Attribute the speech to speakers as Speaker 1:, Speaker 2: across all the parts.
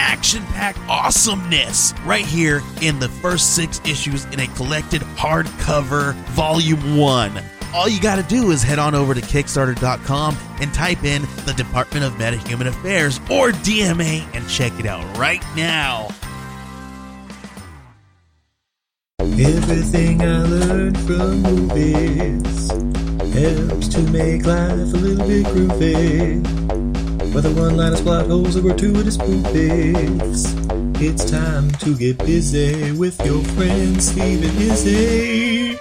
Speaker 1: action packed awesomeness right here in the first six issues in a collected hardcover volume one. All you got to do is head on over to Kickstarter.com and type in the Department of Meta Human Affairs or DMA and check it out right now.
Speaker 2: Everything I learned from movies helps to make life a little bit groovy. Whether one-liners, plot holes, or gratuitous poop ifs, it's time to get busy with your friend Steve and Izzy.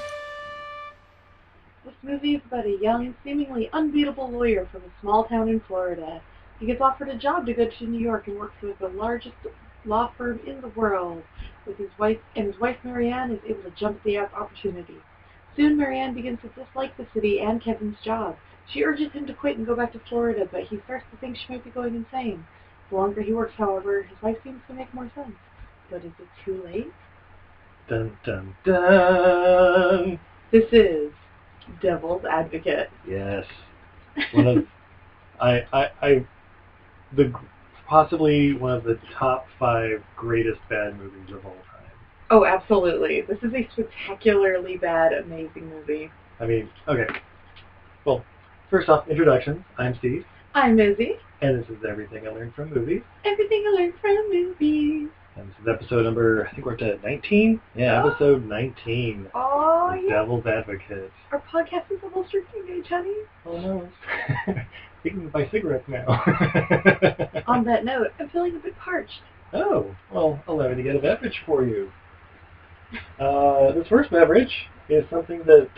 Speaker 3: This movie is about a young, seemingly unbeatable lawyer from a small town in Florida. He gets offered a job to go to New York and works with the largest law firm in the world. With his wife and his wife Marianne is able to jump the opportunity. Soon Marianne begins to dislike the city and Kevin's job. She urges him to quit and go back to Florida, but he starts to think she might be going insane. The longer he works, however, his life seems to make more sense. But is it too late?
Speaker 4: Dun dun dun.
Speaker 3: This is Devil's Advocate.
Speaker 4: Yes. One of I I I the g- possibly one of the top five greatest bad movies of all time.
Speaker 3: Oh, absolutely. This is a spectacularly bad, amazing movie.
Speaker 4: I mean, okay. Well, first off, introductions. I'm Steve,
Speaker 3: I'm Izzy.
Speaker 4: and this is everything I learned from movies.
Speaker 3: Everything I learned from movies.
Speaker 4: And this is episode number I think we're up to 19. Yeah,
Speaker 3: Oh.
Speaker 4: episode 19.
Speaker 3: Oh,
Speaker 4: The
Speaker 3: yeah.
Speaker 4: Devil's Advocate.
Speaker 3: Our podcast is almost eh, your teenage, honey.
Speaker 4: Oh no. you can buy cigarettes now.
Speaker 3: On that note, I'm feeling a bit parched.
Speaker 4: Oh, well, allow me to get a beverage for you. Uh, this first beverage is something that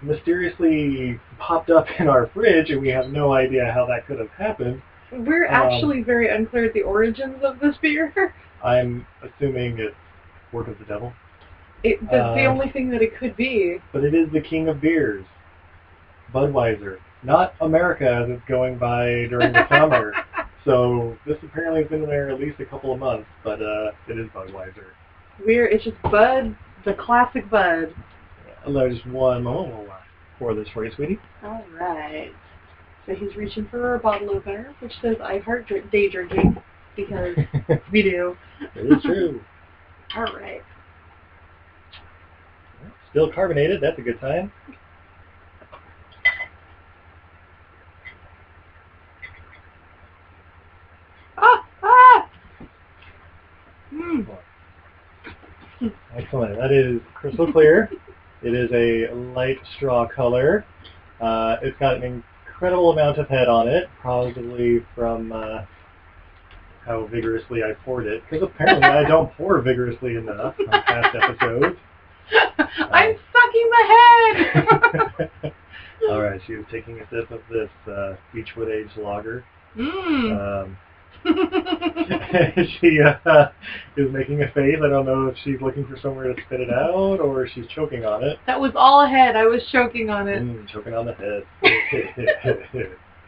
Speaker 4: mysteriously popped up in our fridge, and we have no idea how that could have happened.
Speaker 3: We're
Speaker 4: Um,
Speaker 3: actually very unclear at the origins of this beer.
Speaker 4: I'm assuming it's work of the devil,
Speaker 3: It, that's the
Speaker 4: Uh,
Speaker 3: only thing that it could be.
Speaker 4: but it is the king of beers, Budweiser. Not America as it's going by during the summer. So this apparently has been there at least a couple of months, but uh, it is Budweiser.
Speaker 3: We're, it's just Bud, the classic Bud.
Speaker 4: Allow just one moment while I pour this for you, sweetie.
Speaker 3: All right. So he's reaching for a bottle opener, which says I heart dr- day drinking, because we do.
Speaker 4: It is true.
Speaker 3: All right.
Speaker 4: Still carbonated. That's a good sign.
Speaker 3: Ah! Ah! Mm.
Speaker 4: Excellent. That is crystal clear. it is a light straw color. Uh, it's got an incredible amount of head on it, probably from uh, how vigorously I poured it. Because apparently I don't pour vigorously enough on past episodes.
Speaker 3: I'm sucking my head!
Speaker 4: All right, she was taking a sip of this uh, Beechwood Age lager.
Speaker 3: Mm.
Speaker 4: Um, she uh, is making a face. I don't know if she's looking for somewhere to spit it out or she's choking on it.
Speaker 3: that was all ahead. I was choking on it.
Speaker 4: Mm, choking on the head.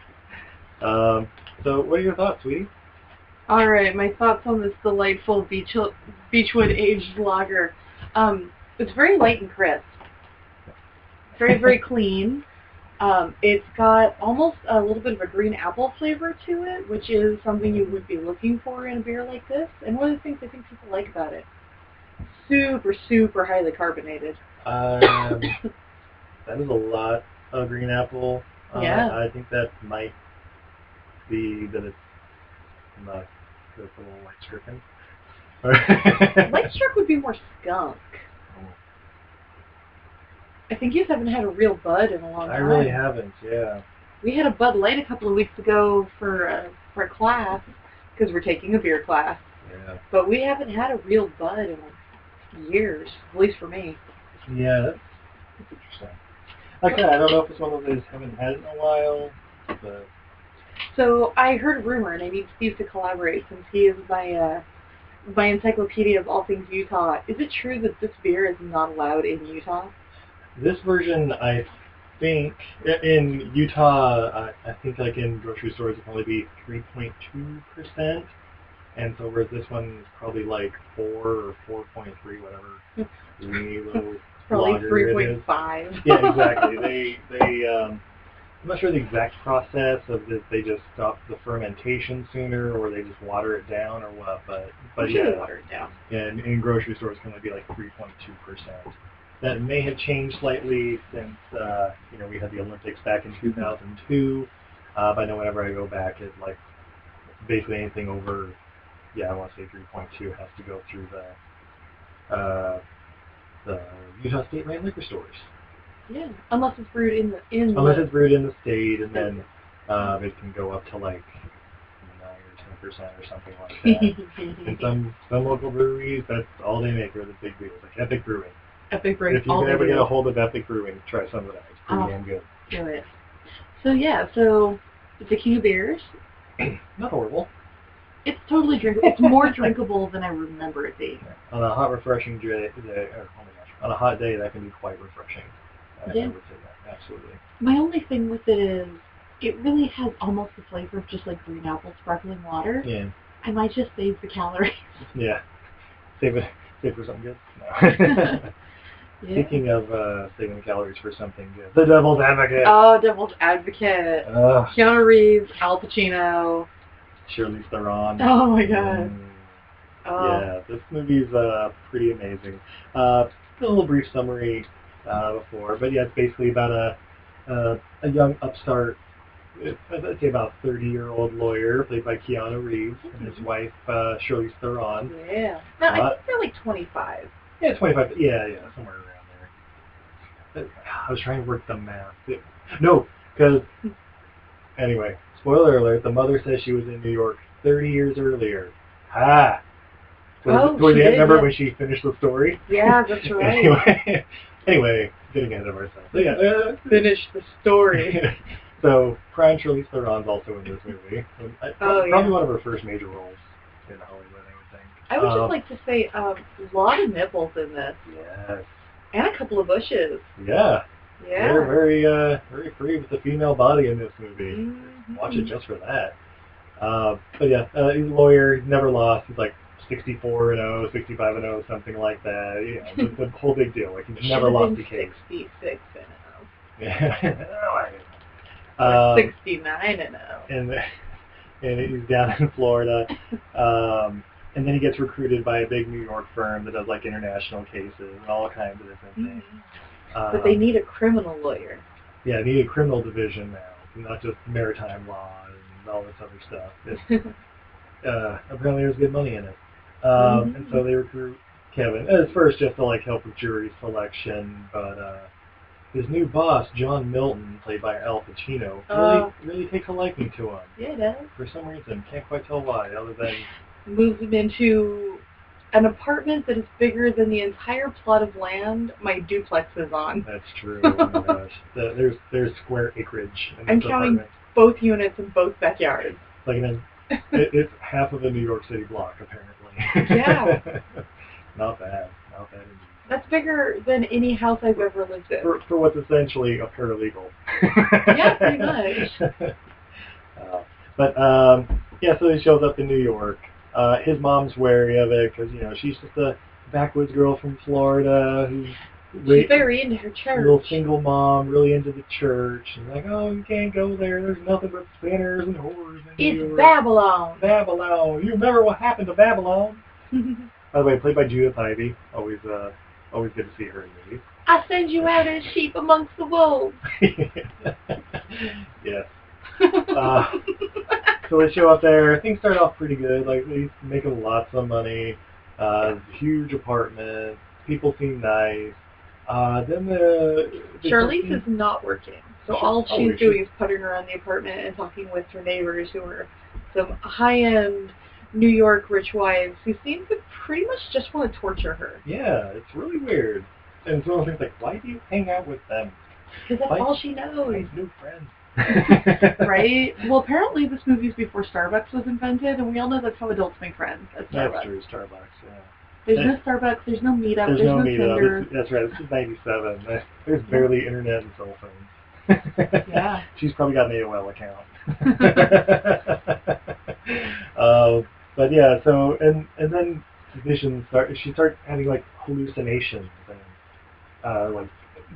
Speaker 4: um, so what are your thoughts, sweetie?
Speaker 3: All right, my thoughts on this delightful beech- Beechwood aged lager. Um, it's very light and crisp. Very, very clean. Um, it's got almost a little bit of a green apple flavor to it, which is something you would be looking for in a beer like this. And one of the things I think people like about it, super, super highly carbonated.
Speaker 4: Um, that is a lot of green apple. Uh,
Speaker 3: Yeah.
Speaker 4: I think that might be that it's not that's a little light stricken.
Speaker 3: Light Struck would be more skunk.
Speaker 4: Oh.
Speaker 3: I think you haven't had a real bud in a long time.
Speaker 4: I really haven't. Yeah.
Speaker 3: We had a Bud Light a couple of weeks ago for uh, for a class because we're taking a beer class,
Speaker 4: Yeah.
Speaker 3: but we haven't had a real Bud in like years, at least for me.
Speaker 4: Yeah, that's, that's interesting. Like I said, I don't know if it's one of those I haven't had in a while, but
Speaker 3: So I heard a rumor, and I need Steve to collaborate since he is my uh, my encyclopedia of all things Utah. Is it true that this beer is not allowed in Utah?
Speaker 4: This version, I think, i- in Utah, I, I think like in grocery stores, it'd probably be 3.2%. And so whereas this one's probably like 4 or 4.3, whatever. Really low
Speaker 3: Hmm. It's probably
Speaker 4: Lager it
Speaker 3: three
Speaker 4: is.
Speaker 3: point five.
Speaker 4: yeah, exactly. They they um, I'm not sure the exact process of this. They just stop the fermentation sooner, or they just water it down, or what. But but
Speaker 3: should
Speaker 4: yeah,
Speaker 3: water it down.
Speaker 4: yeah in, in grocery stores, can only be like 3.2 percent. That may have changed slightly since uh, you know we had the Olympics back in 2002. Uh, but I know whenever I go back, it like basically anything over, yeah, I want to say 3.2 has to go through the uh, the Utah State Ran liquor stores.
Speaker 3: Yeah, unless it's brewed in the in the.
Speaker 4: Unless it's brewed in the state, and then um, it can go up to like nine or ten percent or something like that. and some some local breweries, that's all they make are the big beers, like Epic Brewing.
Speaker 3: Epic break.
Speaker 4: if you
Speaker 3: all
Speaker 4: can
Speaker 3: they
Speaker 4: ever
Speaker 3: do
Speaker 4: get a
Speaker 3: is
Speaker 4: hold of Epic Brewing, try some of that. It's pretty
Speaker 3: Oh.
Speaker 4: damn good.
Speaker 3: do it. So yeah, so it's a king of beers.
Speaker 4: Not horrible.
Speaker 3: It's totally drink. It's more drinkable than I remember it being.
Speaker 4: On a hot, refreshing day, day or, oh my gosh, on a hot day, that can be quite refreshing. I, I
Speaker 3: Yeah.
Speaker 4: would say that absolutely.
Speaker 3: My only thing with it is it really has almost the flavor of just like green apple sparkling water.
Speaker 4: Yeah,
Speaker 3: I might just save the calories.
Speaker 4: yeah. Save it, save it for something good. No.
Speaker 3: Yeah.
Speaker 4: Speaking of uh, saving calories for something good, the Devil's Advocate.
Speaker 3: Oh, Devil's Advocate.
Speaker 4: Ugh.
Speaker 3: Keanu Reeves, Al Pacino.
Speaker 4: Shirley Theron.
Speaker 3: Oh my god.
Speaker 4: Mm,
Speaker 3: Oh.
Speaker 4: Yeah, this movie's uh, pretty amazing. Uh, a little brief summary uh, before, but yeah, it's basically about a uh, a young upstart, uh, I'd say about 30-year-old lawyer played by Keanu Reeves and his
Speaker 3: Mhm.
Speaker 4: wife uh, Shirley Theron.
Speaker 3: Yeah. No, I think they're like 25.
Speaker 4: Yeah, 25. Yeah, yeah, somewhere around there. But, I was trying to work the math. It- no, because anyway, spoiler alert: the mother says she was in New York 30 years earlier. Ah. Towards,
Speaker 3: Oh,
Speaker 4: towards
Speaker 3: she
Speaker 4: the
Speaker 3: did,
Speaker 4: end, remember
Speaker 3: yeah.
Speaker 4: when she finished the story?
Speaker 3: Yeah, that's right.
Speaker 4: Anyway, anyway, getting ahead of ourselves. So yeah, uh,
Speaker 3: Finish the story.
Speaker 4: so Prime Charlize Theron's also in this movie. I-
Speaker 3: Oh,
Speaker 4: probably
Speaker 3: yeah.
Speaker 4: one of her first major roles in Hollywood, I would think.
Speaker 3: I would
Speaker 4: Um,
Speaker 3: just like to say um, a lot of nipples in this,
Speaker 4: Yes.
Speaker 3: and a couple of bushes.
Speaker 4: Yeah. They're
Speaker 3: Yeah.
Speaker 4: very, uh, very free with the female body in this movie.
Speaker 3: Mhm.
Speaker 4: Watch it just for that. Uh, but yeah, uh, he's a lawyer. He's never lost. He's like 64 and 0, 65 and 0, something like that. You know, the, the whole big deal. Like he's
Speaker 3: Should've
Speaker 4: never lost
Speaker 3: been
Speaker 4: a case.
Speaker 3: 66 and
Speaker 4: Yeah.
Speaker 3: 0.
Speaker 4: um,
Speaker 3: 69 and 0.
Speaker 4: and and he's down in Florida. Um, and then he gets recruited by a big New York firm that does like international cases and all kinds of different things. Um,
Speaker 3: Mm-hmm. But they need a criminal lawyer.
Speaker 4: yeah, they need a criminal division now, not just maritime law and all this other stuff. It's, uh, apparently there's good money in it. Um,
Speaker 3: Mm-hmm.
Speaker 4: And so they recruit Kevin, at first just to like help with jury selection, but uh, his new boss, John Milton, played by Al Pacino, really,
Speaker 3: Oh.
Speaker 4: really takes a liking to him.
Speaker 3: Yeah, it does.
Speaker 4: For some reason, can't quite tell why, other than,
Speaker 3: Moves him into an apartment that is bigger than the entire plot of land my duplex is on.
Speaker 4: that's true, oh my gosh. The, there's, there's square acreage in this
Speaker 3: I'm counting-
Speaker 4: apartment.
Speaker 3: Both units and both backyards.
Speaker 4: Like, and then it, it's half of a New York City block, apparently.
Speaker 3: Yeah.
Speaker 4: not bad. Not bad indeed.
Speaker 3: That's bigger than any house I've ever lived in.
Speaker 4: For, for what's essentially a paralegal.
Speaker 3: Yeah, pretty much.
Speaker 4: uh, but, um, yeah, so he shows up in New York. Uh, his mom's wary of it because, you know, she's just a backwoods girl from Florida who's...
Speaker 3: She's very into her
Speaker 4: little
Speaker 3: church.
Speaker 4: single mom, really into the church, and like, oh, you can't go there. There's nothing but sinners and whores
Speaker 3: It's
Speaker 4: in New York.
Speaker 3: Babylon.
Speaker 4: Babylon. You remember what happened to Babylon? By the way, played by Judith Ivey. Always, uh, always good to see her in movies.
Speaker 3: I send you out as sheep amongst the wolves.
Speaker 4: yes. Uh, so they show up there. Things start off pretty good. Like he's making lots of money. Uh, huge apartment. People seem nice. Uh, then the they start
Speaker 3: Charlize
Speaker 4: seeing-
Speaker 3: is not working, so
Speaker 4: Sure.
Speaker 3: all
Speaker 4: Oh,
Speaker 3: she's
Speaker 4: is she?
Speaker 3: doing is putting around the apartment and talking with her neighbors who are some high-end New York rich wives who seem to pretty much just want to torture her
Speaker 4: Yeah, it's really weird. And it's one of those things like, why do you hang out with them?
Speaker 3: because that's
Speaker 4: Why-
Speaker 3: all she knows.
Speaker 4: Why new friends?
Speaker 3: right? Well, apparently this movie's before Starbucks was invented, and we all know that's how adults make friends at Starbucks.
Speaker 4: That's true, Starbucks, yeah.
Speaker 3: There's no Starbucks. There's no meetup.
Speaker 4: There's,
Speaker 3: There's,
Speaker 4: no
Speaker 3: no,
Speaker 4: meetup.
Speaker 3: Tinder.
Speaker 4: This- That's right, this is 97. There's barely internet and cell phones.
Speaker 3: Yeah.
Speaker 4: She's probably got an AOL account. um, but yeah, so and and then visions start. She starts having like hallucinations and uh, like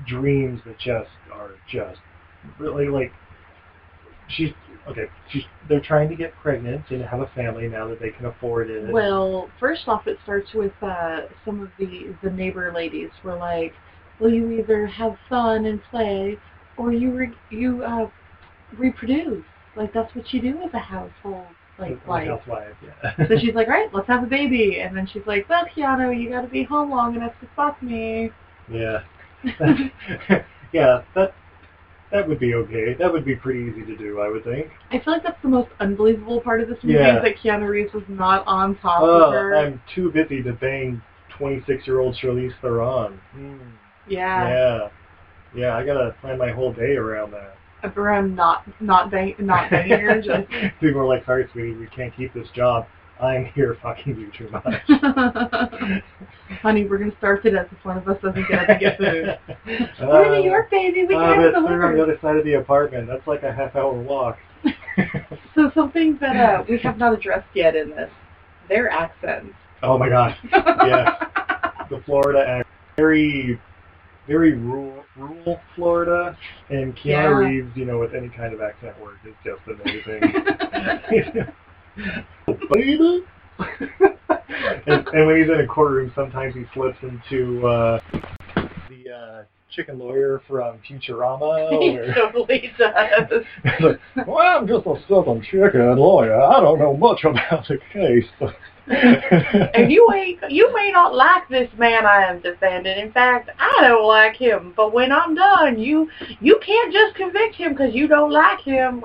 Speaker 4: dreams that just are just really like she's okay. She's they're trying to get pregnant and have a family now that they can afford it.
Speaker 3: Well, first off, it starts with uh, some of the the neighbor ladies were like, "Well, you either have fun and play, or you re- you uh, reproduce. Like that's what you do as a household like life."
Speaker 4: housewife, yeah.
Speaker 3: So she's like, "All right, let's have a baby," and then she's like, "Well, Keanu, you got to be home long enough to fuck me."
Speaker 4: Yeah. yeah, that that would be okay. That would be pretty easy to do, I would think.
Speaker 3: I feel like that's the most unbelievable part of this movie
Speaker 4: Yeah.
Speaker 3: is that Keanu Reeves was not on top
Speaker 4: Oh,
Speaker 3: of her.
Speaker 4: I'm too busy to bang 26-year-old Charlize Theron. Hmm.
Speaker 3: yeah.
Speaker 4: Yeah. Yeah, I gotta plan my whole day around that.
Speaker 3: around not not bang, not banging her. Just
Speaker 4: People are like, sorry, sweetie, you can't keep this job. I'm here fucking you too much.
Speaker 3: Honey, we're gonna starve to death if one of us doesn't get up and get food. we're
Speaker 4: Uh,
Speaker 3: in New York, baby. We
Speaker 4: uh,
Speaker 3: can
Speaker 4: but
Speaker 3: have the
Speaker 4: they're on the
Speaker 3: horse.
Speaker 4: other side of the apartment. That's like a half hour walk.
Speaker 3: So something that uh, we have not addressed yet in this, their accents.
Speaker 4: Oh my god. Yes. the Florida act. Very, very rural, rural Florida. And Keanu
Speaker 3: Yeah.
Speaker 4: Reeves, you know, with any kind of accent work is just amazing. Baby! and, and when he's in a courtroom, sometimes he slips into uh, the uh, chicken lawyer from Futurama.
Speaker 3: he
Speaker 4: Or,
Speaker 3: totally does.
Speaker 4: It's like, well, I'm just a southern chicken lawyer. I don't know much about the case.
Speaker 3: And you ain't you may not like this man I am defending. In fact, I don't like him. But when I'm done, you you can't just convict him because you don't like him.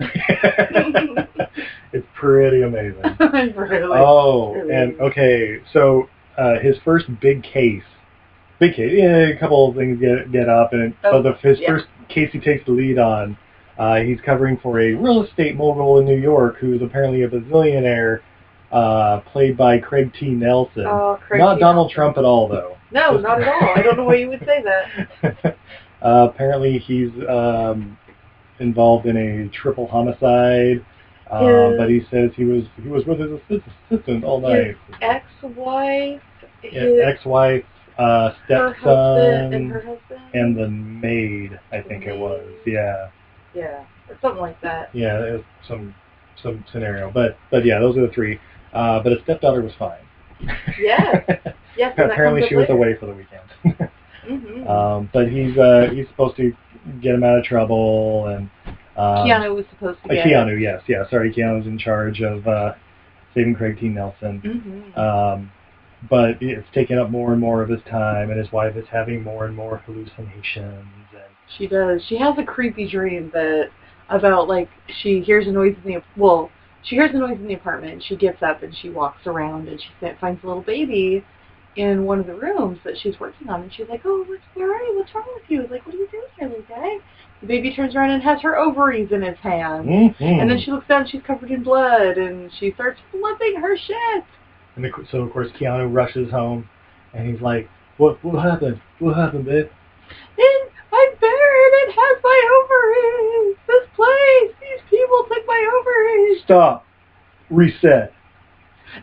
Speaker 4: it's pretty amazing.
Speaker 3: really?
Speaker 4: Oh,
Speaker 3: Really?
Speaker 4: and okay, so uh, his first big case, big case, yeah, a couple of things get get up, and
Speaker 3: Oh,
Speaker 4: but the his
Speaker 3: yeah.
Speaker 4: first case he takes the lead on, uh, he's covering for a real estate mogul in New York who is apparently a bazillionaire, uh, played by Craig T. Nelson.
Speaker 3: Oh, crazy.
Speaker 4: Not Donald Trump at all, though.
Speaker 3: No, not at all. I don't know why you would say that.
Speaker 4: uh, apparently, he's um, involved in a triple homicide. Uh,
Speaker 3: His-
Speaker 4: but he says he was he was with his assist- assistant all
Speaker 3: His
Speaker 4: night.
Speaker 3: ex-wife, his,
Speaker 4: Yeah, ex-wife, uh,
Speaker 3: her husband, and
Speaker 4: stepson,
Speaker 3: her husband.
Speaker 4: and the maid. I think it was. Yeah,
Speaker 3: yeah, something like that.
Speaker 4: yeah, it was some some scenario. But but yeah, those are the three. Uh, but his stepdaughter was fine.
Speaker 3: Yes, yes. and that Hmm.
Speaker 4: apparently,
Speaker 3: comes
Speaker 4: she
Speaker 3: up
Speaker 4: was
Speaker 3: later.
Speaker 4: away for the weekend.
Speaker 3: Mhm.
Speaker 4: Um, but he's uh, he's supposed to get him out of trouble and um,
Speaker 3: Keanu was supposed to
Speaker 4: uh,
Speaker 3: be.
Speaker 4: Keanu, yes, yeah. Sorry, Keanu's in charge of uh, saving Craig T. Nelson.
Speaker 3: hmm
Speaker 4: Um, but it's taking up more and more of his time, and his wife is having more and more hallucinations. And
Speaker 3: She does. She has a creepy dream that about like she hears a noise in the well, she hears a noise in the apartment. She gets up and she walks around and she fi- finds a little baby in one of the rooms that she's working on. And she's like, "Oh, what's where are you? What's wrong with you? Like, what are you doing here, little guy?" The baby turns around and has her ovaries in his hand. Mm-hmm.
Speaker 4: Mm-hmm.
Speaker 3: And
Speaker 4: Hmm.
Speaker 3: then she looks down. She's covered in blood, and she starts flipping her shit.
Speaker 4: And the, so of course Keanu rushes home, and he's like, "What? What happened? What happened, babe?"
Speaker 3: And I'm barren. It has my ovaries. This place. These people took my ovaries.
Speaker 4: Stop. Reset.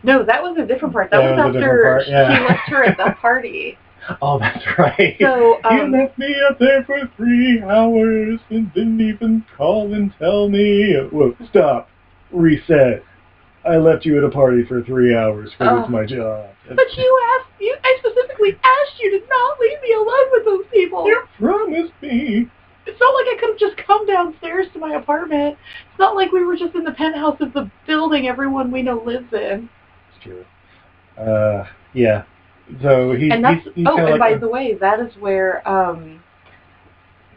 Speaker 3: No, that was a different part. That,
Speaker 4: That
Speaker 3: was,
Speaker 4: was a
Speaker 3: after
Speaker 4: different part, yeah.
Speaker 3: he left her at the party.
Speaker 4: Oh, that's right.
Speaker 3: So, um,
Speaker 4: you left me up there for three hours and didn't even call and tell me. Whoa, stop. Reset. I left you at a party for three hours because
Speaker 3: Oh.
Speaker 4: it's my job.
Speaker 3: but you asked, you, I specifically asked you to not leave me alone with those people.
Speaker 4: You promised me.
Speaker 3: It's not like I could have just come downstairs to my apartment. It's not like we were just in the penthouse of the building everyone we know lives in.
Speaker 4: It's true. Uh, yeah. So he,
Speaker 3: And that's,
Speaker 4: he's, he's
Speaker 3: oh,
Speaker 4: kinda
Speaker 3: and by
Speaker 4: like,
Speaker 3: the way, that is where, um,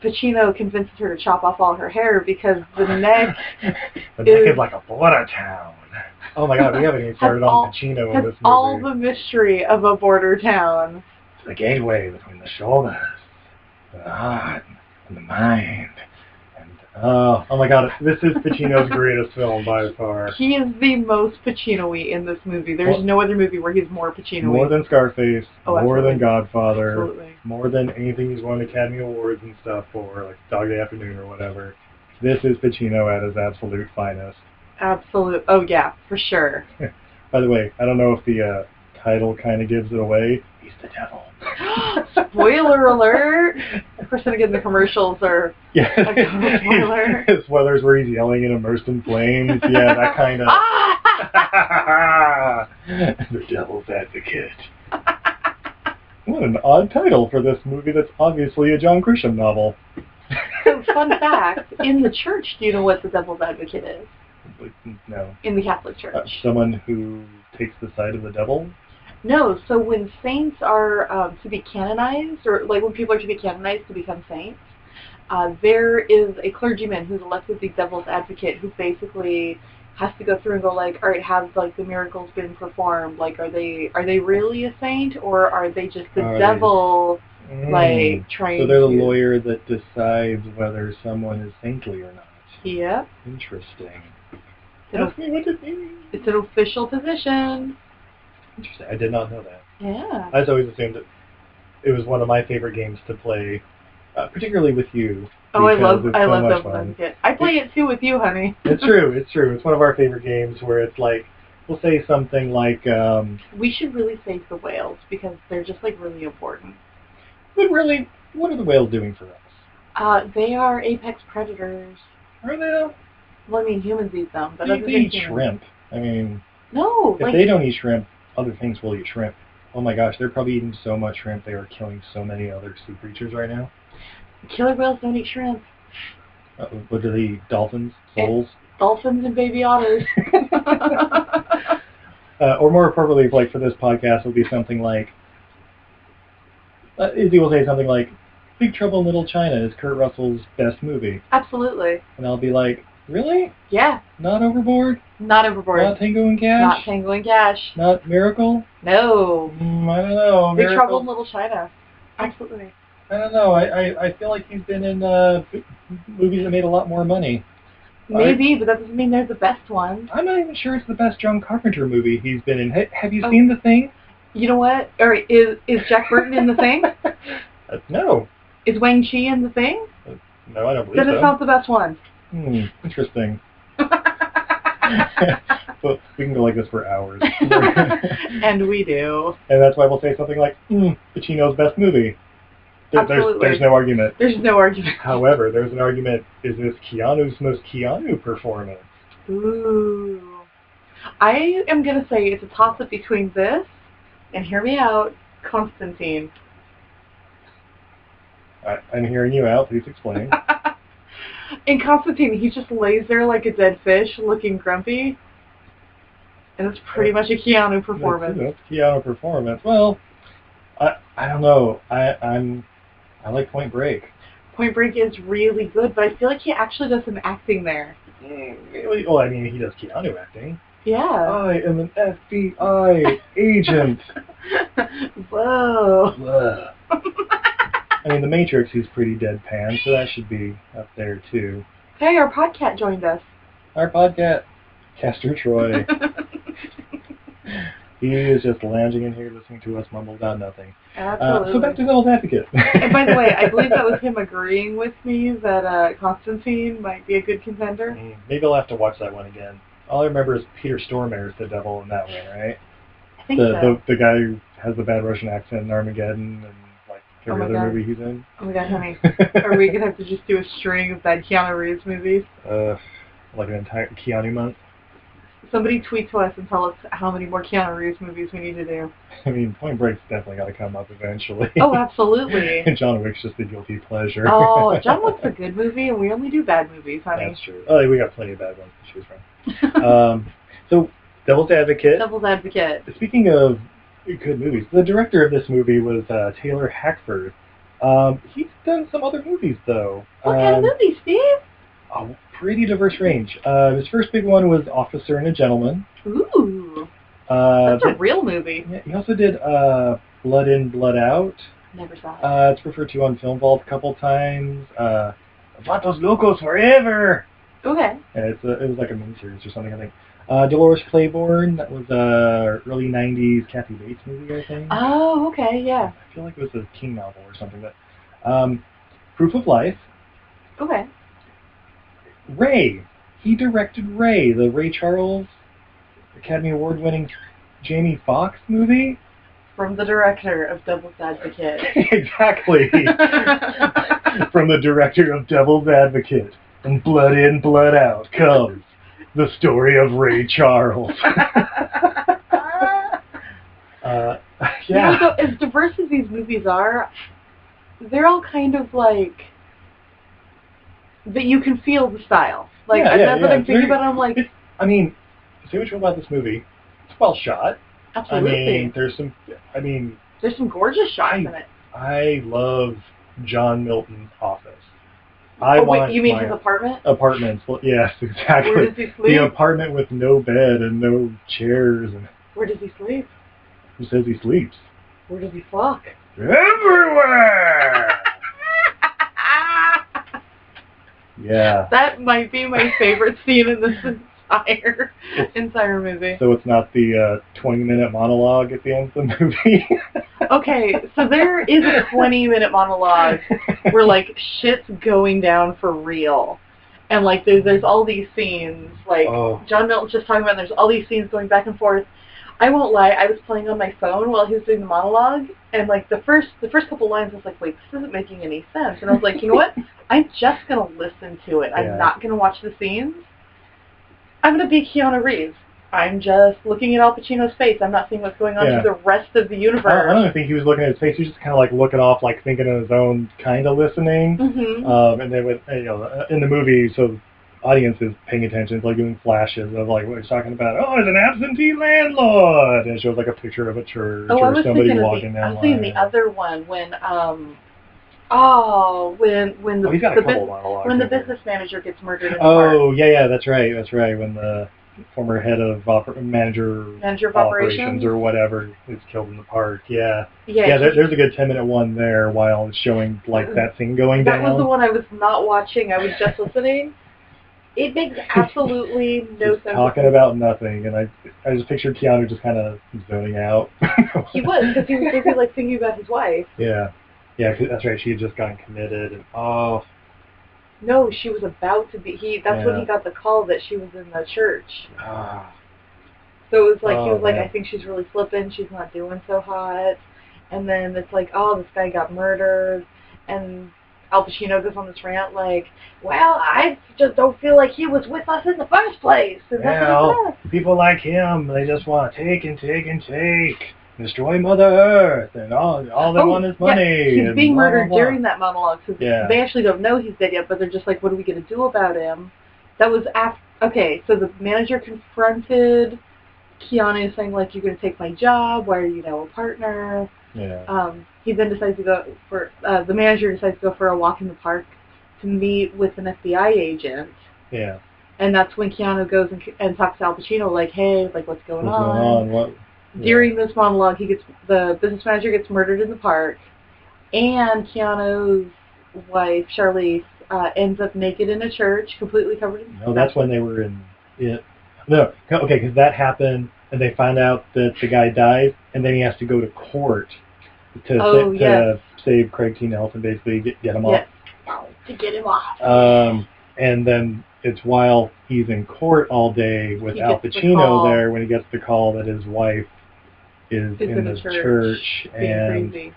Speaker 3: Pacino convinces her to chop off all her hair because the neck
Speaker 4: the neck
Speaker 3: is-
Speaker 4: is like a border town. Oh my god, we haven't even started
Speaker 3: all-
Speaker 4: on Pacino
Speaker 3: has
Speaker 4: in Oh, this movie.
Speaker 3: all the mystery of a border town.
Speaker 4: the gateway between the shoulders, the heart, and the mind, and Uh, oh my God, this is Pacino's greatest film by far.
Speaker 3: He is the most Pacino-y in this movie. There's
Speaker 4: Well-
Speaker 3: no other movie where he's more Pacino-y.
Speaker 4: More than Scarface,
Speaker 3: Oh,
Speaker 4: more
Speaker 3: absolutely.
Speaker 4: than Godfather,
Speaker 3: Absolutely.
Speaker 4: more than anything he's won Academy Awards and stuff for, like Dog Day Afternoon or whatever. This is Pacino at his absolute finest.
Speaker 3: Absolute. Oh yeah, for sure.
Speaker 4: By the way, I don't know if the uh, title kind of gives it away. He's the devil.
Speaker 3: Spoiler alert. Of course, then again, the commercials are
Speaker 4: Yeah.
Speaker 3: Okay, spoiler.
Speaker 4: His weather's where he's yelling and immersed in flames. Yeah, that kind of.
Speaker 3: Ah!
Speaker 4: the Devil's Advocate. What an odd title for this movie that's obviously a John Grisham novel.
Speaker 3: So, fun fact: in the church, do you know what the devil's advocate is?
Speaker 4: But, no.
Speaker 3: In the Catholic Church.
Speaker 4: Uh, someone who takes the side of the devil?
Speaker 3: No, so when saints are um, to be canonized, or like when people are to be canonized to become saints, uh, there is a clergyman who's elected the devil's advocate who basically has to go through and go like, all right, have like the miracles been performed? Like, are they are they really a saint, or are they just the
Speaker 4: Are they-
Speaker 3: devil
Speaker 4: Mm.
Speaker 3: like trying?
Speaker 4: so they're the
Speaker 3: to-
Speaker 4: lawyer that decides whether someone is saintly or not.
Speaker 3: Yeah,
Speaker 4: Interesting.
Speaker 3: They don't-
Speaker 4: Ask me what it means.
Speaker 3: it's an official position.
Speaker 4: Interesting. I did not know that.
Speaker 3: Yeah.
Speaker 4: I just always assumed that it was one of my favorite games to play, uh, particularly with you.
Speaker 3: Oh, I
Speaker 4: because
Speaker 3: love
Speaker 4: it's
Speaker 3: I
Speaker 4: so
Speaker 3: love
Speaker 4: much
Speaker 3: devil's
Speaker 4: fun.
Speaker 3: advocate. I play it too with you, honey.
Speaker 4: It's true. It's true. It's one of our favorite games where it's like we'll say something like um,
Speaker 3: We should really save the whales because they're just like really important.
Speaker 4: "But really, what are the whales doing for us?
Speaker 3: Uh, they are apex predators.
Speaker 4: Are they?
Speaker 3: Well, I mean, humans eat them, but
Speaker 4: They,
Speaker 3: other
Speaker 4: they
Speaker 3: than
Speaker 4: eat
Speaker 3: humans-
Speaker 4: shrimp. I mean,
Speaker 3: No,
Speaker 4: if
Speaker 3: like
Speaker 4: they don't eat shrimp, other things will eat shrimp. Oh my gosh, they're probably eating so much shrimp they are killing so many other sea creatures right now.
Speaker 3: killer whales don't eat shrimp.
Speaker 4: Uh, what do they eat? Dolphins,
Speaker 3: Yeah.
Speaker 4: souls,
Speaker 3: Dolphins and baby otters.
Speaker 4: uh, or more appropriately, like for this podcast, it would be something like uh, Izzy will say something like, "Big Trouble in Little China is Kurt Russell's best movie,"
Speaker 3: Absolutely.
Speaker 4: and I'll be like, "Really?
Speaker 3: Yeah.
Speaker 4: Not Overboard?
Speaker 3: Not overboard.
Speaker 4: Not Tango and Cash?
Speaker 3: Not Tango and Cash.
Speaker 4: Not Miracle?
Speaker 3: No.
Speaker 4: Mm, I don't know.
Speaker 3: Big
Speaker 4: Miracle?
Speaker 3: Trouble in Little China. Absolutely.
Speaker 4: I don't know. I, I, I feel like he's been in uh, b- movies that made a lot more money.
Speaker 3: Maybe, but that doesn't mean they're the best ones.
Speaker 4: I'm not even sure it's the best John Carpenter movie he's been in. Ha- have you
Speaker 3: Oh.
Speaker 4: seen The Thing?
Speaker 3: You know what? Or is is Jack Burton in the thing?
Speaker 4: Uh, no.
Speaker 3: Is Wang Chi in the thing?
Speaker 4: No, I don't believe
Speaker 3: Then it's
Speaker 4: so.
Speaker 3: not the best one.
Speaker 4: Hmm, interesting. but we can go like this for hours. and
Speaker 3: and we do.
Speaker 4: that's why we'll say something like, mm, Pacino's best movie. There, there's,
Speaker 3: Absolutely.
Speaker 4: there's no argument.
Speaker 3: There's no argument.
Speaker 4: However, there's an argument, is this Keanu's most Keanu performance?
Speaker 3: Ooh. I am going to say it's a toss-up between this and hear me out, Constantine.
Speaker 4: I, I'm hearing you out. Please explain.
Speaker 3: In Constantine, he just lays there like a dead fish looking grumpy. And it's pretty much a Keanu performance.
Speaker 4: That's Keanu performance. Well, I I don't know. I I'm I like Point Break.
Speaker 3: Point Break is really good, but I feel like he actually does some acting there.
Speaker 4: Mm, Well, I mean, he does Keanu acting.
Speaker 3: Yeah.
Speaker 4: I am an FBI agent. Oh.
Speaker 3: Whoa.
Speaker 4: Ugh. I mean, The Matrix. He's pretty deadpan, so that should be up there too.
Speaker 3: Hey, our podcat joined us.
Speaker 4: Our podcast, Caster Troy. he is just lounging in here listening to us mumble about nothing. Uh,
Speaker 3: Absolutely.
Speaker 4: so back to Devil's Advocate.
Speaker 3: and by the way, I believe that was him agreeing with me that uh, Constantine might be a good contender.
Speaker 4: Mm, Maybe I'll have to watch that one again. All I remember is Peter Stormare is the devil in that one, right?
Speaker 3: I
Speaker 4: The,
Speaker 3: think so.
Speaker 4: the the guy who has the bad Russian accent in Armageddon and like every
Speaker 3: Oh my
Speaker 4: other
Speaker 3: God.
Speaker 4: movie he's in.
Speaker 3: Oh my god, honey. Are we gonna have to just do a string of bad Keanu Reeves movies?
Speaker 4: uh, like an entire Keanu month.
Speaker 3: Somebody tweet to us and tell us how many more Keanu Reeves movies we need to do.
Speaker 4: I mean, Point Break's definitely got to come up eventually.
Speaker 3: Oh, absolutely.
Speaker 4: and John Wick's just the guilty pleasure.
Speaker 3: Oh, John Wick's a good movie, and we only do bad movies, honey.
Speaker 4: That's true. Oh, we got plenty of bad ones to choose from. um, so Devil's Advocate.
Speaker 3: Devil's Advocate.
Speaker 4: Speaking of good movies, the director of this movie was uh, Taylor Hackford. Um, he's done some other movies though.
Speaker 3: What kind of
Speaker 4: Um,
Speaker 3: movie, Steve?
Speaker 4: a pretty diverse range. Uh, his first big one was Officer and a Gentleman.
Speaker 3: Ooh,
Speaker 4: Uh,
Speaker 3: that's a real movie.
Speaker 4: but he also did uh, Blood In, Blood Out.
Speaker 3: Never saw it.
Speaker 4: Uh, it's referred to on Film Vault a couple times. Uh, Vatos Locos Forever!
Speaker 3: Okay.
Speaker 4: And it's a, it was like a miniseries or something, I think. Uh, Dolores Claiborne, that was a early 90s Kathy Bates movie, I think.
Speaker 3: Oh, okay, yeah.
Speaker 4: I feel like it was a King novel or something. But um, Proof of Life,
Speaker 3: Okay.
Speaker 4: Ray. He directed Ray, the Ray Charles Academy Award winning Jamie Foxx movie.
Speaker 3: From the director of Devil's Advocate.
Speaker 4: exactly. From the director of Devil's Advocate and Blood In, Blood Out comes the story of Ray Charles. Uh,
Speaker 3: You know,
Speaker 4: yeah.
Speaker 3: though, as diverse as these movies are, they're all kind of like that you can feel the style. Like
Speaker 4: Yeah,
Speaker 3: and
Speaker 4: yeah,
Speaker 3: that's what
Speaker 4: yeah,
Speaker 3: I'm
Speaker 4: it's
Speaker 3: thinking
Speaker 4: very-
Speaker 3: about. it, I'm like,
Speaker 4: it's- I mean, say what you want about this movie. It's well shot.
Speaker 3: absolutely.
Speaker 4: I mean, there's some. I mean,
Speaker 3: There's some gorgeous shots
Speaker 4: I-
Speaker 3: in it.
Speaker 4: I love John Milton's office. I
Speaker 3: oh,
Speaker 4: want
Speaker 3: wait, you mean
Speaker 4: my
Speaker 3: his apartment?
Speaker 4: apartments. Well, yes,
Speaker 3: Where
Speaker 4: exactly.
Speaker 3: does he sleep?
Speaker 4: The apartment with no bed and no chairs, and
Speaker 3: Where does he sleep?
Speaker 4: who says he sleeps?
Speaker 3: Where does he fuck?
Speaker 4: Everywhere. yeah.
Speaker 3: that might be my favorite scene in this entire entire movie.
Speaker 4: So it's not the uh, 20-minute monologue at the end of the movie.
Speaker 3: Okay, so there is a 20 minute monologue where like shit's going down for real, and like there's there's all these scenes like
Speaker 4: oh.
Speaker 3: John Milton's just talking about. There's all these scenes going back and forth. I won't lie, I was playing on my phone while he was doing the monologue, and like the first the first couple lines, I was like, wait, this isn't making any sense. And I was like, you know what? I'm just gonna listen to it.
Speaker 4: Yeah.
Speaker 3: I'm not gonna watch the scenes. I'm gonna be Keanu Reeves. I'm just looking at Al Pacino's face. I'm not seeing what's going on
Speaker 4: Yeah.
Speaker 3: to the rest of the
Speaker 4: I don't, I
Speaker 3: universe.
Speaker 4: don't even think he was looking at his face. He was just kind of like looking off, like thinking in his own, kind of listening.
Speaker 3: Mm-hmm.
Speaker 4: Um, and then with you know uh, in the movie, so audience is paying attention, it's like doing flashes of like what he's talking about. Oh, there's an absentee landlord, and it shows like a picture of a church
Speaker 3: Oh, I
Speaker 4: or
Speaker 3: was
Speaker 4: somebody
Speaker 3: thinking of
Speaker 4: walking
Speaker 3: the,
Speaker 4: down
Speaker 3: I was thinking the
Speaker 4: line.
Speaker 3: other one when um oh when when the,
Speaker 4: oh, he's got
Speaker 3: the
Speaker 4: a couple
Speaker 3: bus-
Speaker 4: of monologues.
Speaker 3: when the
Speaker 4: in there.
Speaker 3: business manager gets murdered in the park.
Speaker 4: Oh yeah, yeah, that's right, that's right. When the former head of oper- manager
Speaker 3: Manager of
Speaker 4: operations,
Speaker 3: operations.
Speaker 4: or whatever is killed in the park. Yeah,
Speaker 3: yeah,
Speaker 4: yeah.
Speaker 3: he- Oh.
Speaker 4: There, there's a good ten minute one there while it's showing like that scene going
Speaker 3: that
Speaker 4: down.
Speaker 3: was the one I was not watching. I was just listening. It makes absolutely no
Speaker 4: just
Speaker 3: sense.
Speaker 4: talking about nothing, and I I just pictured Keanu just kind of zoning out.
Speaker 3: he was because he was busy like thinking about his wife.
Speaker 4: yeah, yeah, 'cause that's right. She had just gotten committed, and oh,
Speaker 3: No, she was about to be. He that's when
Speaker 4: Yeah.
Speaker 3: he got the call that she was in the church.
Speaker 4: ah,
Speaker 3: So it was like he
Speaker 4: Oh,
Speaker 3: was like,
Speaker 4: man.
Speaker 3: I think she's really slipping. She's not doing so hot. And then it's like, oh, this guy got murdered. And Al Pacino goes on this rant like, well, I just don't feel like he was with us in the first place. And that's what
Speaker 4: Well,
Speaker 3: it was.
Speaker 4: people like him, they just want to take and take and take, destroy Mother Earth, and all all they
Speaker 3: Oh,
Speaker 4: want is
Speaker 3: yeah,
Speaker 4: money.
Speaker 3: He's
Speaker 4: and
Speaker 3: being
Speaker 4: blah, blah,
Speaker 3: murdered
Speaker 4: blah.
Speaker 3: during that monologue, so
Speaker 4: Yeah.
Speaker 3: they actually don't know he's dead yet, but they're just like, what are we going to do about him? That was after, okay, so the manager confronted Keanu saying, like, you're going to take my job, why are you now a partner?
Speaker 4: Yeah.
Speaker 3: Um, he then decides to go for, uh, the manager decides to go for a walk in the park to meet with an FBI agent,
Speaker 4: Yeah,
Speaker 3: and that's when Keanu goes and, and talks to Al Pacino, like, hey, like, what's going
Speaker 4: what's going on? What?
Speaker 3: during this monologue, he gets the business manager gets murdered in the park, and Keanu's wife Charlize uh, ends up naked in a church, completely covered in.
Speaker 4: No, Oh, that's when they were in it. No, co- okay, because that happened, and they find out that the guy dies, and then he has to go to court to,
Speaker 3: Oh,
Speaker 4: sa- to
Speaker 3: yes.
Speaker 4: save Craig T. Nelson, basically get, get him
Speaker 3: Yes,
Speaker 4: off.
Speaker 3: to get him off.
Speaker 4: Um, and then it's while he's in court all day with
Speaker 3: He
Speaker 4: Al
Speaker 3: gets the
Speaker 4: Pacino
Speaker 3: call.
Speaker 4: there when he gets the call that his wife is
Speaker 3: Is in
Speaker 4: the
Speaker 3: the church, being
Speaker 4: and
Speaker 3: crazy.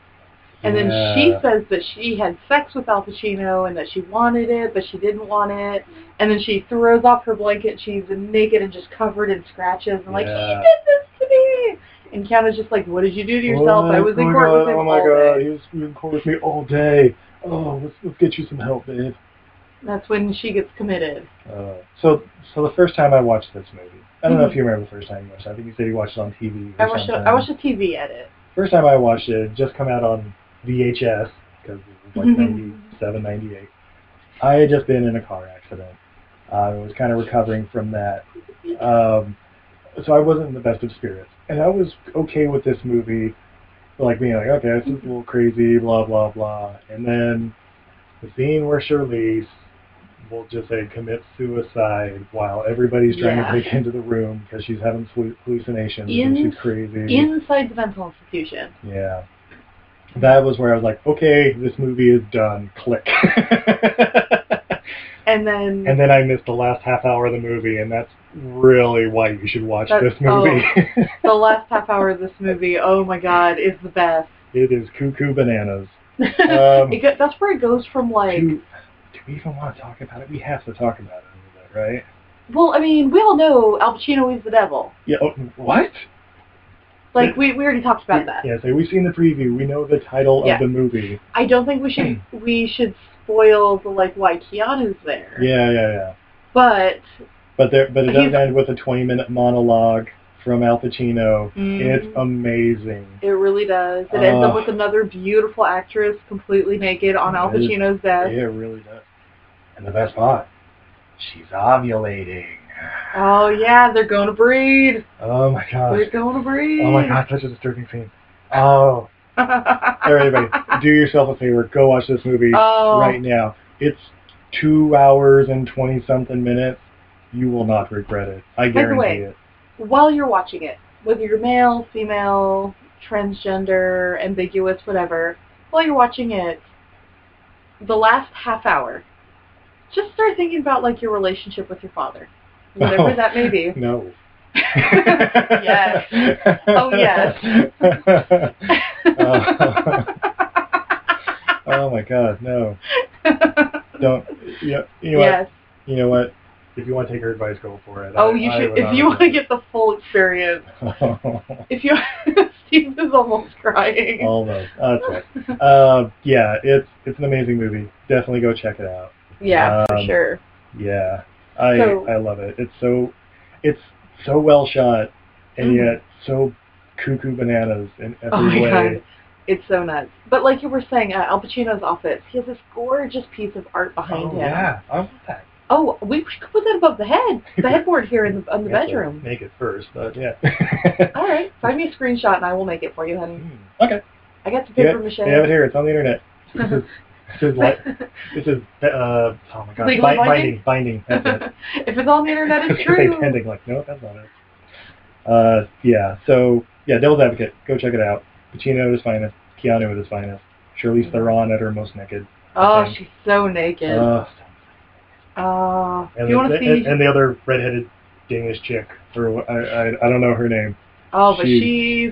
Speaker 3: And then she says that she had sex with Al Pacino and that she wanted it, but she didn't want it. And then she throws off her blanket. She's naked and just covered in scratches. And like, he
Speaker 4: Yeah.
Speaker 3: did this to me. And Keanu's just like, what did you do to yourself? I was in court
Speaker 4: God,
Speaker 3: with him
Speaker 4: Oh my
Speaker 3: all
Speaker 4: god,
Speaker 3: day.
Speaker 4: he was in court with me all day. Oh, let's, let's get you some help, babe.
Speaker 3: That's when she gets committed.
Speaker 4: Uh, so, so the first time I watched this movie, I don't know if you remember the first time you watched it. I think you said you watched it on TV. Or
Speaker 3: Mm-hmm. I watched a,
Speaker 4: something.
Speaker 3: I watched a TV edit.
Speaker 4: First time I watched it, it just come out on VHS because it was like
Speaker 3: Mm-hmm.
Speaker 4: ninety seven, ninety eight. I had just been in a car accident. I was kind of recovering from that, um, so I wasn't in the best of spirits. And I was okay with this movie, like being like, okay, this is a little crazy, blah blah blah. And then the scene where Charlize we'll just say commits suicide while everybody's trying
Speaker 3: Yeah.
Speaker 4: to break into the room because she's having hallu- hallucinations and
Speaker 3: In-
Speaker 4: she's crazy.
Speaker 3: Inside the mental institution.
Speaker 4: yeah. That was where I was like, okay, this movie is done. Click.
Speaker 3: And then,
Speaker 4: and then I missed the last half hour of the movie, and that's really why you should watch
Speaker 3: That-
Speaker 4: this movie.
Speaker 3: the last half hour of this movie, oh my god, is the best.
Speaker 4: it is cuckoo bananas. Um,
Speaker 3: it go, that's where it goes from like,
Speaker 4: do, do we even want to talk about it? We have to talk about it a little bit, right?
Speaker 3: well, I mean, we all know Al Pacino is the devil.
Speaker 4: Yeah. Oh, what?
Speaker 3: Like we, we already talked about that.
Speaker 4: Yeah, so we've seen the preview. We know the title
Speaker 3: Yeah.
Speaker 4: of the movie.
Speaker 3: I don't think we should we should spoil the like why Keanu's there.
Speaker 4: Yeah, yeah, yeah.
Speaker 3: But
Speaker 4: But there, but it
Speaker 3: He's-
Speaker 4: does end with a 20-minute monologue from Al Pacino.
Speaker 3: Mm.
Speaker 4: It's Uh. amazing.
Speaker 3: it really does. It ends up
Speaker 4: Ugh.
Speaker 3: with another beautiful actress completely naked on Al
Speaker 4: It is-
Speaker 3: Pacino's
Speaker 4: Yeah,
Speaker 3: desk.
Speaker 4: it really does. And the best part, she's ovulating.
Speaker 3: Oh yeah, they're going to breed.
Speaker 4: Oh my gosh.
Speaker 3: They're going to breed.
Speaker 4: Oh my gosh, such a disturbing scene. Oh,
Speaker 3: god.
Speaker 4: everybody, do yourself a favor. Go watch this movie
Speaker 3: Oh.
Speaker 4: right now. It's two hours and 20-something minutes. You will not regret it. I
Speaker 3: By the
Speaker 4: guarantee
Speaker 3: way,
Speaker 4: it.
Speaker 3: While you're watching it, whether you're male, female, transgender, ambiguous, whatever, while you're watching it, the last half hour, just start thinking about like your relationship with your father, whatever
Speaker 4: Oh.
Speaker 3: that may be.
Speaker 4: No.
Speaker 3: Yes. Oh, yes.
Speaker 4: Uh, oh my God, no! Don't. Yeah. You know
Speaker 3: yes.
Speaker 4: what? You know what? If you want to take her advice, go for it.
Speaker 3: Oh,
Speaker 4: I-
Speaker 3: you
Speaker 4: I
Speaker 3: should.
Speaker 4: would
Speaker 3: If
Speaker 4: not
Speaker 3: you want to
Speaker 4: recommend
Speaker 3: get the full experience,
Speaker 4: it.
Speaker 3: if you, Steve is almost crying.
Speaker 4: almost. Uh, that's right. Uh, yeah, it's it's an amazing movie. Definitely go check it out.
Speaker 3: yeah, for
Speaker 4: um,
Speaker 3: sure.
Speaker 4: Yeah, I
Speaker 3: So-
Speaker 4: I love it. It's so it's so well shot and
Speaker 3: Mhm.
Speaker 4: yet so cuckoo bananas in every
Speaker 3: Oh my
Speaker 4: way.
Speaker 3: god, it's so nuts. But like you were saying, uh, Al Pacino's office, he has this gorgeous piece of art behind
Speaker 4: Oh,
Speaker 3: him.
Speaker 4: yeah, I want that.
Speaker 3: Oh, we could put that above the head, the headboard here in the, in the
Speaker 4: We have to
Speaker 3: bedroom.
Speaker 4: Make it first, but yeah.
Speaker 3: All right, find me a screenshot and I will make it for you, honey.
Speaker 4: Hmm, okay,
Speaker 3: I got some
Speaker 4: Yeah,
Speaker 3: paper
Speaker 4: they have it
Speaker 3: mache.
Speaker 4: here. It's on the internet. This is this is like this is uh oh my god
Speaker 3: Legally
Speaker 4: Bi-
Speaker 3: binding?
Speaker 4: binding binding that's it.
Speaker 3: if it's on the internet, it's
Speaker 4: I was gonna say
Speaker 3: true.
Speaker 4: pending, like, no, that's not it. Uh, yeah, so, yeah, Devil's Advocate. Go check it out. Pacino at his finest. Keanu at his finest.
Speaker 3: Mm-hmm.
Speaker 4: Charlize Theron at her most naked.
Speaker 3: Oh,
Speaker 4: Okay.
Speaker 3: she's so naked. Uh,
Speaker 4: Uh,
Speaker 3: you
Speaker 4: and, the,
Speaker 3: want to see?
Speaker 4: and, and the other redheaded Danish chick. Or, wh- I, I, I don't know her name.
Speaker 3: oh, but
Speaker 4: she's-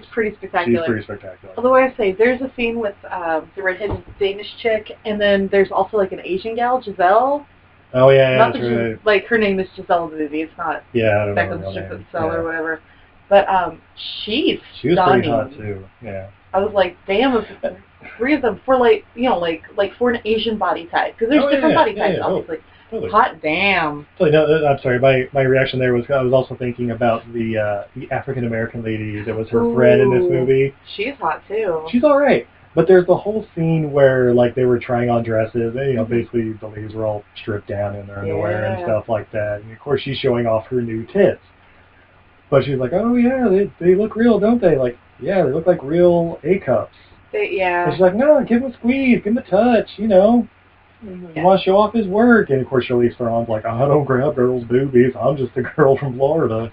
Speaker 3: she's pretty
Speaker 4: She's
Speaker 3: spectacular.
Speaker 4: pretty spectacular.
Speaker 3: Although I say there's a scene with um, the redheaded Danish chick, and then there's also like an Asian gal, Giselle.
Speaker 4: Oh, yeah, yeah,
Speaker 3: Not
Speaker 4: that's
Speaker 3: that she's-
Speaker 4: right.
Speaker 3: like her name is Giselle in the movie. It's not
Speaker 4: Yeah, I don't
Speaker 3: Beckham
Speaker 4: know her real
Speaker 3: Giselle
Speaker 4: name.
Speaker 3: or
Speaker 4: Yeah.
Speaker 3: whatever. But um, she's
Speaker 4: She was
Speaker 3: stunning.
Speaker 4: pretty hot, too. Yeah.
Speaker 3: I was like, damn, if the three of them for like, you know, like like for an Asian body type, because there's
Speaker 4: Oh, yeah,
Speaker 3: different
Speaker 4: yeah,
Speaker 3: body
Speaker 4: yeah,
Speaker 3: types,
Speaker 4: yeah, oh.
Speaker 3: obviously.
Speaker 4: Totally.
Speaker 3: Hot damn.
Speaker 4: totally. No, no, I'm sorry. My, my reaction there was I was also thinking about the uh, the African American lady that was her friend in this
Speaker 3: Ooh.
Speaker 4: movie.
Speaker 3: She's hot too.
Speaker 4: She's all right. But there's the whole scene where like they were trying on dresses, and you know, basically the ladies were all stripped down in their underwear and
Speaker 3: Mm-hmm. Yeah.
Speaker 4: stuff like that. And of course, she's showing off her new tits. But she's like, "Oh yeah, they they look real, don't they?" Like, yeah, they look like real A cups.
Speaker 3: They-
Speaker 4: And
Speaker 3: yeah.
Speaker 4: she's like, "No, give him a squeeze, give him a touch, you know." He
Speaker 3: Yeah.
Speaker 4: wants to show off his work, and of course, Charlize Theron's like, "I don't grab girls' boobies. I'm just a girl from Florida."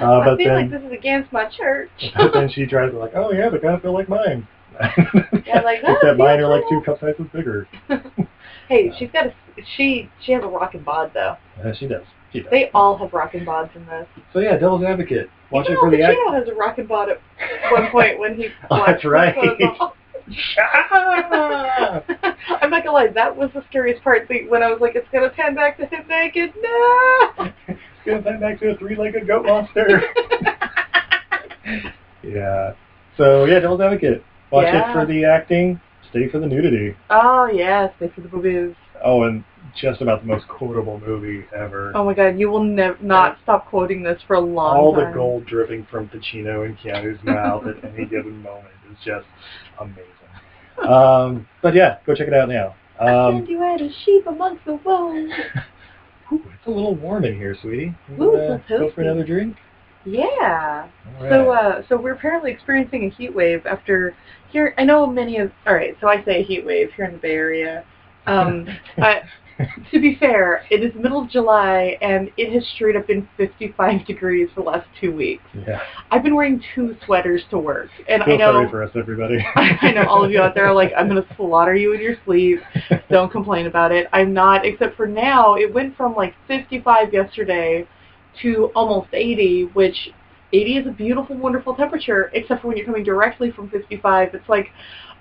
Speaker 4: Uh,
Speaker 3: I
Speaker 4: but
Speaker 3: feel like
Speaker 4: then,
Speaker 3: this is against my church.
Speaker 4: but then she tries to like, "Oh yeah, they kind of feel like mine."
Speaker 3: Yeah, like, oh,
Speaker 4: Except mine
Speaker 3: yeah,
Speaker 4: are like
Speaker 3: yeah.
Speaker 4: two cup sizes bigger.
Speaker 3: Hey, she's got a she she has a rockin' bod though.
Speaker 4: Yeah, Uh, she does. She does.
Speaker 3: They all have rockin' bods in this.
Speaker 4: So yeah, Devil's Advocate. Watch
Speaker 3: Even
Speaker 4: it for the act.
Speaker 3: Al Pacino has a rockin' bod at one point when he.
Speaker 4: Oh, that's
Speaker 3: watched the
Speaker 4: right.
Speaker 3: photo. I'm not gonna lie, that was the scariest part. The, when I was like, it's gonna pan back to him naked. No.
Speaker 4: It's gonna send back to a three-legged goat monster. yeah. So yeah, Devil's Advocate. Watch
Speaker 3: Yeah.
Speaker 4: it for the acting. Stay for the nudity.
Speaker 3: Oh yes, they for the boobies.
Speaker 4: Oh, and just about the most quotable movie ever.
Speaker 3: Oh my god, you will nev- not stop quoting this for a long
Speaker 4: All
Speaker 3: time.
Speaker 4: the gold dripping from Pacino and Keanu's mouth at any given moment is just amazing. Um, but yeah, go check it out now.
Speaker 3: I
Speaker 4: Um,
Speaker 3: send you out as sheep amongst the wolves.
Speaker 4: Ooh, it's a little warm in here, sweetie. You,
Speaker 3: Ooh,
Speaker 4: uh,
Speaker 3: it's so
Speaker 4: go for
Speaker 3: toasty.
Speaker 4: another drink.
Speaker 3: Yeah.
Speaker 4: All
Speaker 3: So,
Speaker 4: right.
Speaker 3: uh, so we're apparently experiencing a heat wave after here. I know many of. All right, so I say a heat wave here in the Bay Area. Um, I, to be fair, it is middle of July and it has straight up been 55 degrees for the last two weeks.
Speaker 4: Yeah.
Speaker 3: I've been wearing two sweaters to work, and uh,
Speaker 4: Feel
Speaker 3: I know
Speaker 4: sorry for us, everybody.
Speaker 3: I know all of you out there are like, I'm going to slaughter you in your sleep. Don't complain about it. I'm not, except for now, it went from like 55 yesterday to almost 80, which 80 is a beautiful, wonderful temperature, except for when you're coming directly from 55. It's like,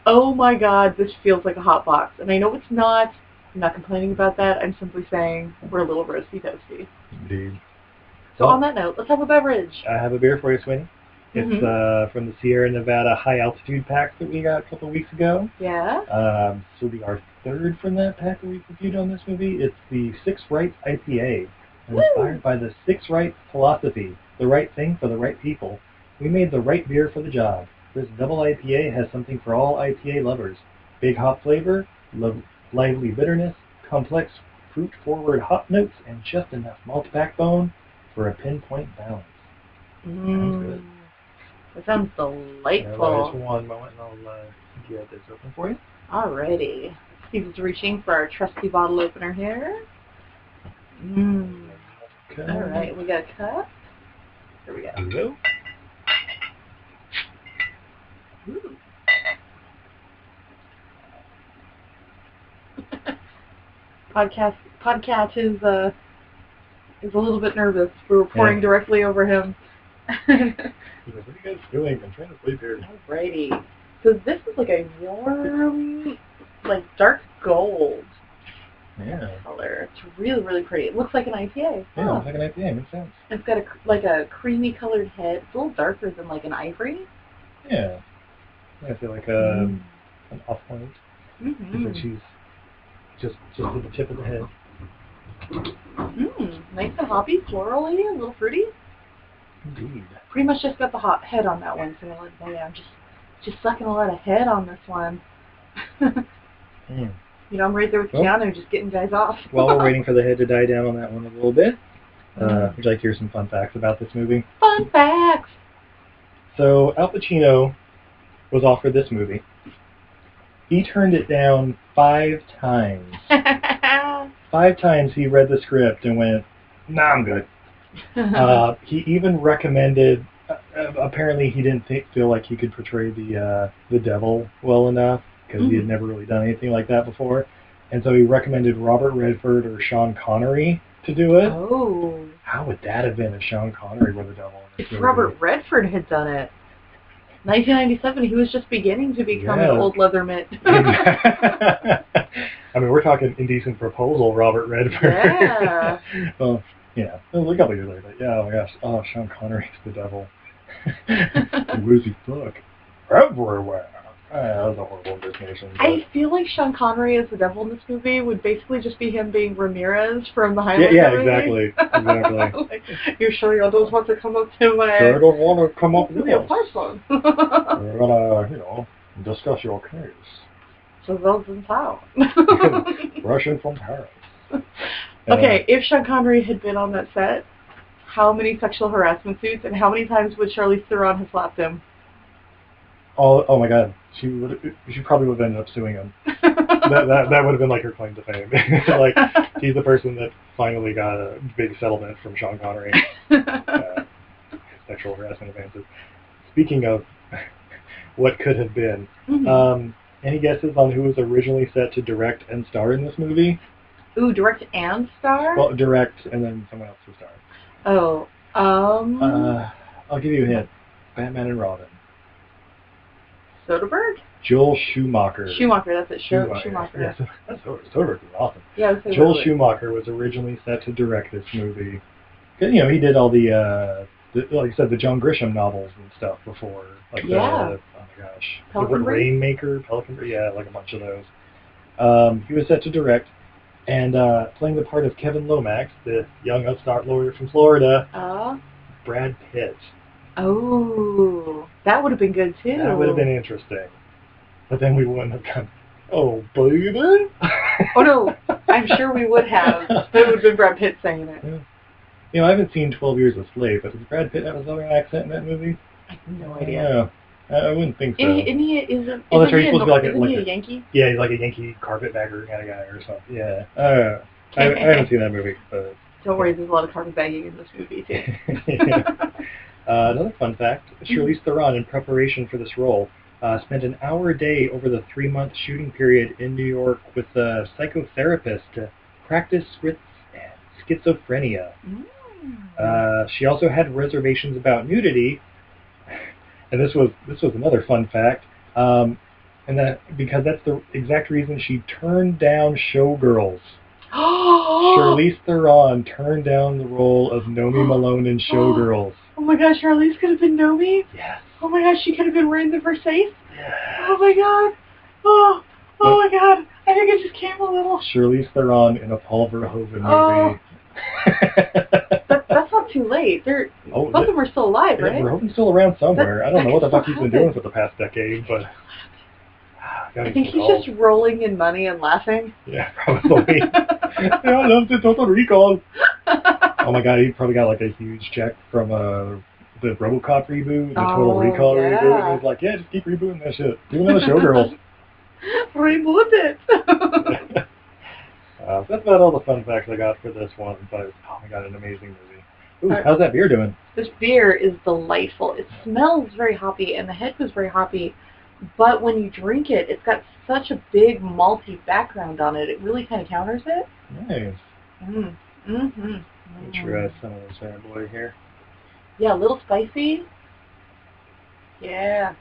Speaker 3: oh my God, this feels like a hot box. And I know it's not. I'm not complaining about that. I'm simply saying we're a little roasty toasty.
Speaker 4: Indeed.
Speaker 3: So
Speaker 4: Well,
Speaker 3: on that note, let's have a beverage.
Speaker 4: I have a beer for you, Sweeney.
Speaker 3: Mm-hmm.
Speaker 4: It's uh, from the Sierra Nevada high altitude pack that we got a couple weeks ago.
Speaker 3: Yeah?
Speaker 4: Um, this will be our third from that pack that we've reviewed on this movie. It's the Six Rights IPA,
Speaker 3: Woo!
Speaker 4: inspired by the Six Rights philosophy, the right thing for the right people. We made the right beer for the job. This double IPA has something for all IPA lovers. Big hop flavor, lo- lively bitterness, complex fruit-forward hop notes, and just enough malt backbone for a pinpoint balance.
Speaker 3: Mm. That sounds delightful.
Speaker 4: Now, there's one moment, and I'll uh, get this open for you.
Speaker 3: Alrighty. Steve's reaching for our trusty bottle opener here. Mm.
Speaker 4: Okay.
Speaker 3: All right, we got a cup. Here we go.
Speaker 4: Here we go.
Speaker 3: Ooh. podcast podcast is uh is a little bit nervous. We were pouring
Speaker 4: Yeah.
Speaker 3: directly over him.
Speaker 4: He's like, what are you guys doing? I'm trying to sleep here.
Speaker 3: Alrighty. So this is like a warm, like dark gold
Speaker 4: Yeah.
Speaker 3: color. It's really really pretty. It looks like an IPA.
Speaker 4: Yeah,
Speaker 3: Huh.
Speaker 4: it's like an IPA. Makes sense.
Speaker 3: It's got a cr- like a creamy colored head. It's a little darker than like an ivory.
Speaker 4: Yeah. I feel like uh, an off point. It's like
Speaker 3: Mm-hmm.
Speaker 4: she's just just at the tip of the head.
Speaker 3: Mm, nice and hoppy, florally, a little fruity.
Speaker 4: Indeed.
Speaker 3: Pretty much just got the hot head on that one. So I'm like, man, I'm just just sucking a lot of head on this one. you
Speaker 4: Mm.
Speaker 3: know, I'm right there with
Speaker 4: Well-
Speaker 3: Keanu, just getting guys off.
Speaker 4: While we're waiting for the head to die down on that one a little bit, uh, would you like to hear some fun facts about this movie?
Speaker 3: Fun facts.
Speaker 4: So Al Pacino was offered this movie. He turned it down five times. Uh, Five times he read the script and went, "Nah, I'm good."
Speaker 3: Uh-huh.
Speaker 4: uh, he even recommended. Uh, uh, apparently, he didn't think, feel like he could portray the uh, the devil well enough because he had
Speaker 3: Mhm.
Speaker 4: never really done anything like that before, and so he recommended Robert Redford or Sean Connery to do it.
Speaker 3: oh,
Speaker 4: How would that have been if Sean Connery were the devil? in this
Speaker 3: if
Speaker 4: movie?
Speaker 3: Robert Redford had done it. 1997, he was just beginning to become
Speaker 4: Yeah.
Speaker 3: an old leather mitt.
Speaker 4: I mean, we're talking indecent proposal, Robert Redford.
Speaker 3: Yeah.
Speaker 4: well, Oh, yeah, it was a couple years later, but yeah, oh my gosh, oh, Sean Connery's the devil. Where's he fuck? Everywhere. Ah, that was a horrible impersonation. but-
Speaker 3: I feel like Sean Connery as the devil in this movie would basically just be him being Ramirez from the
Speaker 4: yeah,
Speaker 3: Highlander
Speaker 4: yeah,
Speaker 3: movie.
Speaker 4: exactly, exactly.
Speaker 3: Like, you sure y'all don't want to come up to my
Speaker 4: Sure don't want to come up
Speaker 3: to
Speaker 4: with
Speaker 3: be a
Speaker 4: us.
Speaker 3: person?
Speaker 4: We're gonna, you know, discuss your case.
Speaker 3: so those in town.
Speaker 4: Russian from Paris.
Speaker 3: okay, if Sean Connery had been on that set, how many sexual harassment suits and how many times would Charlize Theron have slapped him?
Speaker 4: Oh, oh my God, she would. She probably would have ended up suing him. that, that that would have been like her claim to fame. like uh, he's the person that finally got a big settlement from Sean Connery, uh, sexual harassment advances. Speaking of what could have been,
Speaker 3: Hmm.
Speaker 4: um, any guesses on who was originally set to direct and star in this movie?
Speaker 3: Ooh, direct and star?
Speaker 4: Well, direct and then someone else to star.
Speaker 3: oh, um,
Speaker 4: Uh, I'll give you a hint: Batman and Robin,
Speaker 3: Soderbergh?
Speaker 4: Joel Schumacher.
Speaker 3: Schumacher, that's it. Schu- Schumacher.
Speaker 4: Yes, that's so, so freaking awesome.
Speaker 3: Yeah, I would say
Speaker 4: Joel
Speaker 3: Woodward.
Speaker 4: Schumacher was originally set to direct this movie. 'Cause, You know, he did all the, uh, the like I said, the John Grisham novels and stuff before. Like
Speaker 3: Yeah.
Speaker 4: the, oh my gosh,
Speaker 3: Pelican
Speaker 4: the
Speaker 3: Brief?
Speaker 4: Rainmaker, Pelican Brief, yeah, like a bunch of those. Um, he was set to direct, and uh, playing the part of Kevin Lomax, the young upstart lawyer from Florida,
Speaker 3: Uh,
Speaker 4: Brad Pitt.
Speaker 3: oh, that would have been good too.
Speaker 4: That would have been interesting, but then we wouldn't have come. Oh, baby.
Speaker 3: Oh no, I'm sure we would have. That would have been Brad Pitt saying it.
Speaker 4: You know, I haven't seen Twelve Years a Slave, but was Brad Pitt have a Southern accent in that movie?
Speaker 3: I have no
Speaker 4: I don't
Speaker 3: idea.
Speaker 4: know. I, I wouldn't think so.
Speaker 3: Isn't he, isn't he, is, isn't
Speaker 4: Oh, that's right,
Speaker 3: he
Speaker 4: he's supposed to
Speaker 3: a,
Speaker 4: be
Speaker 3: isn't
Speaker 4: like a-
Speaker 3: he
Speaker 4: like
Speaker 3: a
Speaker 4: a-
Speaker 3: Yankee?
Speaker 4: Yeah, he's like a Yankee carpetbagger kind of guy or something. Oh, Yeah. I don't know. I, I haven't seen that movie, but
Speaker 3: Don't worry, there's a lot of carpetbagging in this movie, too.
Speaker 4: Uh, another fun fact, Charlize Theron, in preparation for this role, uh, spent an hour a day over the three-month shooting period in New York with a psychotherapist to practice with schizophrenia. Uh, she also had reservations about nudity, and this was this was another fun fact, um, and that because that's the exact reason she turned down Showgirls.
Speaker 3: Oh,
Speaker 4: Charlize Theron turned down the role of Nomi Malone in Showgirls.
Speaker 3: oh my gosh, Charlize could have been Nomi.
Speaker 4: Yes.
Speaker 3: Oh my gosh, she could have been wearing the Versace. Oh my god. Oh, oh my god. I think I just came a little.
Speaker 4: Charlize Theron in a Paul Verhoeven movie.
Speaker 3: Oh.
Speaker 4: Oh,
Speaker 3: That, that's not too late. They're
Speaker 4: oh
Speaker 3: both of them are still alive,
Speaker 4: yeah,
Speaker 3: right?
Speaker 4: Verhoeven's still around somewhere. I don't know what the
Speaker 3: that
Speaker 4: fuck
Speaker 3: could
Speaker 4: he's been
Speaker 3: still
Speaker 4: doing for the past decade, but God,
Speaker 3: I
Speaker 4: he's
Speaker 3: think he's
Speaker 4: old.
Speaker 3: just rolling in money and laughing.
Speaker 4: yeah, probably. yeah, I love the Total Recall. Oh my God, he probably got like a huge check from uh, the RoboCop reboot, the
Speaker 3: Oh,
Speaker 4: Total Recall
Speaker 3: yeah.
Speaker 4: reboot. He was like, yeah, just keep rebooting that shit. Do another Showgirls.
Speaker 3: Reboot it.
Speaker 4: Uh, that's about all the fun facts I got for this one, but oh my god, an amazing movie. Ooh, how's that beer doing?
Speaker 3: this beer is delightful. It smells very hoppy, and the head was very hoppy. But when you drink it, it's got such a big malty background on it. It really kind of counters it.
Speaker 4: Nice.
Speaker 3: Mm. Mm-hmm.
Speaker 4: Let's try some of this bad boy here.
Speaker 3: Yeah, a little spicy. Yeah.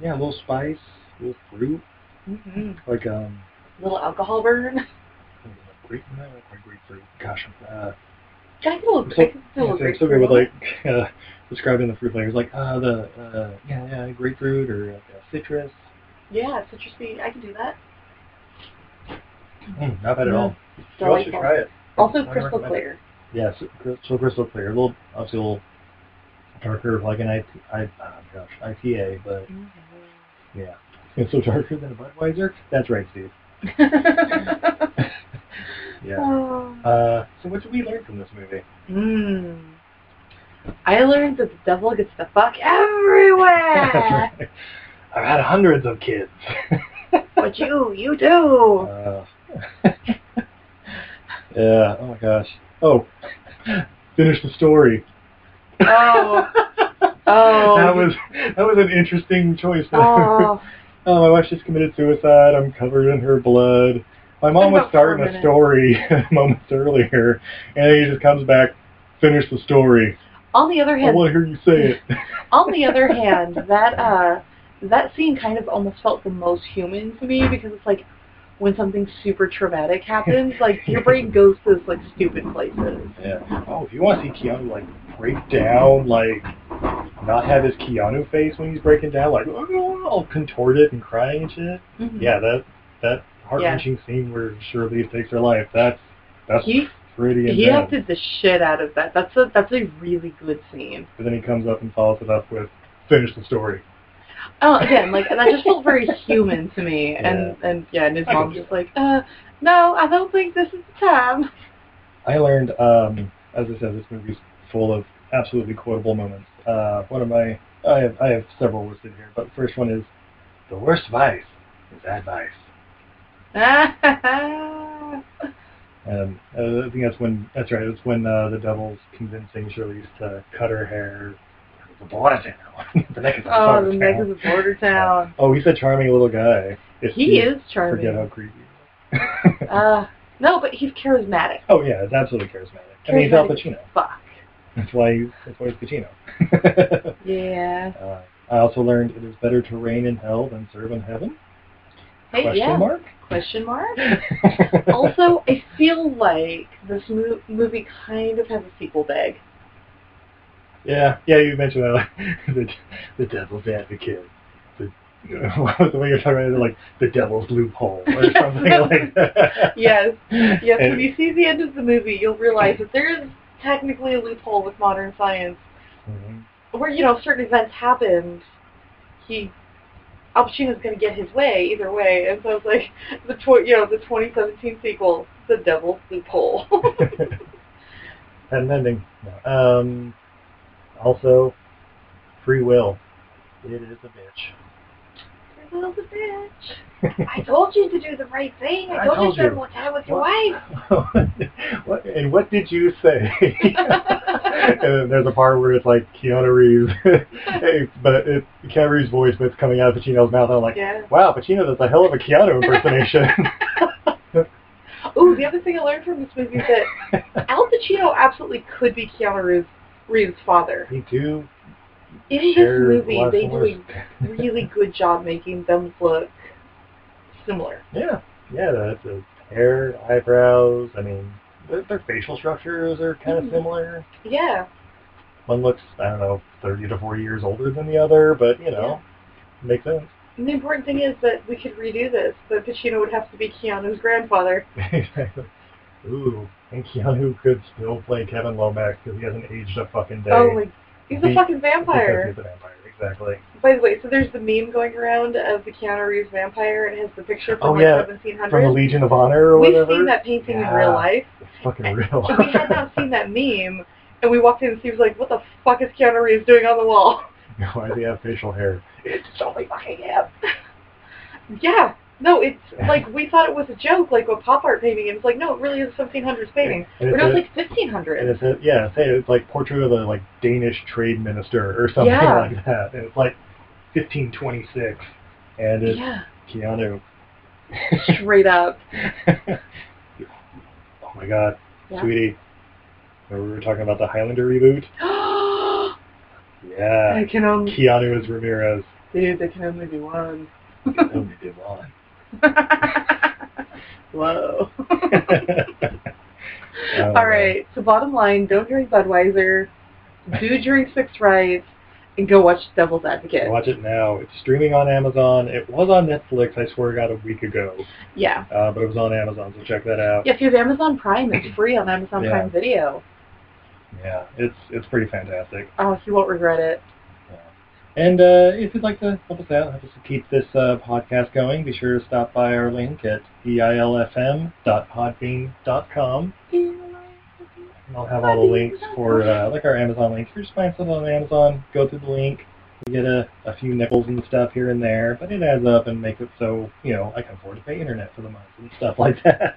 Speaker 4: Yeah, a little spice, a little fruit,
Speaker 3: Mm-hmm.
Speaker 4: like um,
Speaker 3: little alcohol burn.
Speaker 4: grape, no, not quite grapefruit. Gosh, uh,
Speaker 3: Can I get a little,
Speaker 4: I'm
Speaker 3: I
Speaker 4: so,
Speaker 3: can feel a
Speaker 4: yeah,
Speaker 3: little
Speaker 4: so, so
Speaker 3: grapefruit
Speaker 4: good with
Speaker 3: on it.
Speaker 4: like uh, describing the fruit flavors, like uh, the uh, yeah, yeah, grapefruit or uh, citrus.
Speaker 3: Yeah, it's citrusy. I can do that.
Speaker 4: Mm, not bad at
Speaker 3: Mm,
Speaker 4: all. You all should
Speaker 3: Delightful.
Speaker 4: try it.
Speaker 3: Also
Speaker 4: Highly
Speaker 3: crystal
Speaker 4: recommend it.
Speaker 3: clear.
Speaker 4: Yeah, so, cr- so crystal clear, a little obviously a little darker, like an IT, I, oh gosh, IPA, but yeah, it's so darker than a Budweiser. That's right, Steve. Yeah.
Speaker 3: Oh.
Speaker 4: Uh, so what did we learn from this movie?
Speaker 3: Mm. I learned that the devil gets the fuck everywhere.
Speaker 4: I've had hundreds of kids.
Speaker 3: but you, you do.
Speaker 4: Uh, yeah. Oh my gosh. Oh, finish the story.
Speaker 3: Oh. Oh.
Speaker 4: That was that was an interesting choice.
Speaker 3: Oh.
Speaker 4: Oh, my wife just committed suicide. I'm covered in her blood. My mom
Speaker 3: Think
Speaker 4: was
Speaker 3: about for a
Speaker 4: starting a
Speaker 3: minute.
Speaker 4: story moments earlier, and he just comes back, finish the story.
Speaker 3: On the other
Speaker 4: I
Speaker 3: hand,
Speaker 4: want to hear you say it.
Speaker 3: on the other hand, that uh, that scene kind of almost felt the most human to me because it's like when something super traumatic happens, like your brain goes to those like stupid places.
Speaker 4: Yeah. Oh, if you want to see Keanu like break down, like not have his Keanu face when he's breaking down, like "Oh, all contorted and crying and shit.
Speaker 3: Hmm.
Speaker 4: Yeah, that that heart wrenching scene where Shirley takes her life. That's that's
Speaker 3: He
Speaker 4: pretty
Speaker 3: he
Speaker 4: intense.
Speaker 3: acted the shit out of that. That's a that's a really good scene.
Speaker 4: But then he comes up and follows it up with finish the story.
Speaker 3: Oh, again, like that just felt very human to me. And and yeah, and his
Speaker 4: I can
Speaker 3: mom's
Speaker 4: do
Speaker 3: just like, uh, no, I don't think this is the time.
Speaker 4: I learned, um, as I said, this movie's full of absolutely quotable moments. Uh, one of my, I have, I have several listed here, but the first one is, the worst vice is advice.
Speaker 3: Oh,
Speaker 4: And uh, I think that's when, that's right, it's when uh, the devil's convincing Charlize to cut her hair. The border town. the neck is a
Speaker 3: oh,
Speaker 4: border
Speaker 3: the neck
Speaker 4: town.
Speaker 3: is a border town.
Speaker 4: Oh, he's a charming little guy. If
Speaker 3: He
Speaker 4: you
Speaker 3: is charming.
Speaker 4: Forget how creepy.
Speaker 3: Uh, no, but he's charismatic.
Speaker 4: Oh yeah, it's absolutely charismatic. I mean, he's Al Pacino.
Speaker 3: Fuck.
Speaker 4: That's why he's, that's why he's Pacino.
Speaker 3: Yeah.
Speaker 4: Uh, I also learned it is better to reign in hell than serve in heaven.
Speaker 3: Hey,
Speaker 4: Question
Speaker 3: yeah. Oh.
Speaker 4: mark.
Speaker 3: Question mark. also, I feel like this mo- movie kind of has a sequel bag.
Speaker 4: yeah, yeah. You mentioned that, like, the the devil's advocate. The, the way you're talking about it, like the devil's loophole or something like that.
Speaker 3: Yes. Yes.
Speaker 4: And-
Speaker 3: When you see the end of the movie, you'll realize that there is technically a loophole with modern science.
Speaker 4: Mhm.
Speaker 3: where you know certain events happened, he Al Pacino's going to get his way either way, and so it's like the tw- you know the 2017 sequel, The Devil's Loophole.
Speaker 4: Had an ending. Um, also, Free will. It is a bitch.
Speaker 3: Little bitch. I told you to do the right thing. I, told, you to spend more time with your wife.
Speaker 4: what, and what did you say? and there's a part where it's like Keanu Reeves, Hey, but it's Keanu Reeves' voice, but it's coming out of Pacino's mouth. And I'm like,
Speaker 3: Yeah.
Speaker 4: wow, Pacino does a hell of a Keanu impersonation.
Speaker 3: Ooh, the other thing I learned from this movie is that Al Pacino absolutely could be Keanu Reeves, Reeves' father.
Speaker 4: he too.
Speaker 3: In this
Speaker 4: shares
Speaker 3: movie,
Speaker 4: lots
Speaker 3: they
Speaker 4: of
Speaker 3: do
Speaker 4: words.
Speaker 3: a really good job making them look similar.
Speaker 4: Yeah, yeah, that's a hair, eyebrows. I mean, their, their facial structures are kind of
Speaker 3: Mhm.
Speaker 4: similar.
Speaker 3: Yeah.
Speaker 4: One looks, I don't know, 30 to 40 years older than the other, but you know, makes sense.
Speaker 3: And the important thing is that we could redo this, but Pacino would have to be Keanu's grandfather.
Speaker 4: exactly. Ooh, and Keanu could still play Kevin Lomax because he hasn't aged a fucking day.
Speaker 3: oh my, he's a
Speaker 4: Be-
Speaker 3: fucking
Speaker 4: Because
Speaker 3: vampire.
Speaker 4: he's a vampire, exactly.
Speaker 3: By the way, so there's the meme going around of the Keanu Reeves vampire, and it has the picture from
Speaker 4: Oh,
Speaker 3: like
Speaker 4: yeah,
Speaker 3: 1700.
Speaker 4: From the Legion of Honor or
Speaker 3: We've
Speaker 4: whatever.
Speaker 3: seen that painting in
Speaker 4: Yeah.
Speaker 3: real life.
Speaker 4: It's fucking real.
Speaker 3: But we had not seen that meme, and we walked in and Steve was like, what the fuck is Keanu Reeves doing on the wall?
Speaker 4: Why does he have facial hair? It's only fucking him.
Speaker 3: Yeah. No, it's like we thought it was a joke, like a pop art painting, and it's like, no, it really is a 1700s painting.
Speaker 4: And
Speaker 3: But
Speaker 4: it's
Speaker 3: it was
Speaker 4: a-
Speaker 3: like
Speaker 4: And
Speaker 3: 1500.
Speaker 4: it's a, yeah, say it's like portrait of a like Danish trade minister or something
Speaker 3: Yeah.
Speaker 4: like that. And it's like 1526, and it's
Speaker 3: Yeah,
Speaker 4: Keanu.
Speaker 3: straight up.
Speaker 4: oh my god,
Speaker 3: Yeah.
Speaker 4: sweetie, remember we were talking about the Highlander reboot?
Speaker 3: I
Speaker 4: Yeah,
Speaker 3: can only,
Speaker 4: Keanu is Ramirez.
Speaker 3: dude, there can only be one.
Speaker 4: Only did one.
Speaker 3: Whoa.
Speaker 4: Um,
Speaker 3: All right. So bottom line, don't drink Budweiser. Do drink Six Rights, and go watch Devil's Advocate.
Speaker 4: Watch it now. It's streaming on Amazon. It was on Netflix, I swear to God, a week ago.
Speaker 3: Yeah.
Speaker 4: Uh, but it was on Amazon, so check that out.
Speaker 3: Yeah, if you have Amazon Prime, it's free on Amazon
Speaker 4: Yeah.
Speaker 3: Prime Video.
Speaker 4: Yeah, it's it's pretty fantastic.
Speaker 3: Oh, you won't regret it.
Speaker 4: And uh, if you'd like to help us out, help us to keep this uh, podcast going, be sure to stop by our link at E eilfm.podbean.com. And I'll have all the links for, uh, like our Amazon links. If you're just buying something on Amazon, go through the link. You get a, a few nickels and stuff here and there, but it adds up and makes it so, you know, I can afford to pay internet for the month and stuff like that.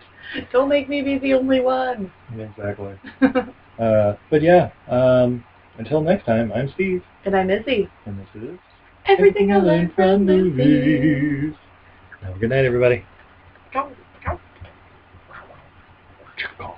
Speaker 3: Don't make me be the only one.
Speaker 4: exactly. Uh, but yeah, um, until next time, I'm Steve,
Speaker 3: and I'm Izzy.
Speaker 4: and this is...
Speaker 3: Everything I learned from movies.
Speaker 4: Have a good night, everybody.
Speaker 3: Go, go.
Speaker 4: Call.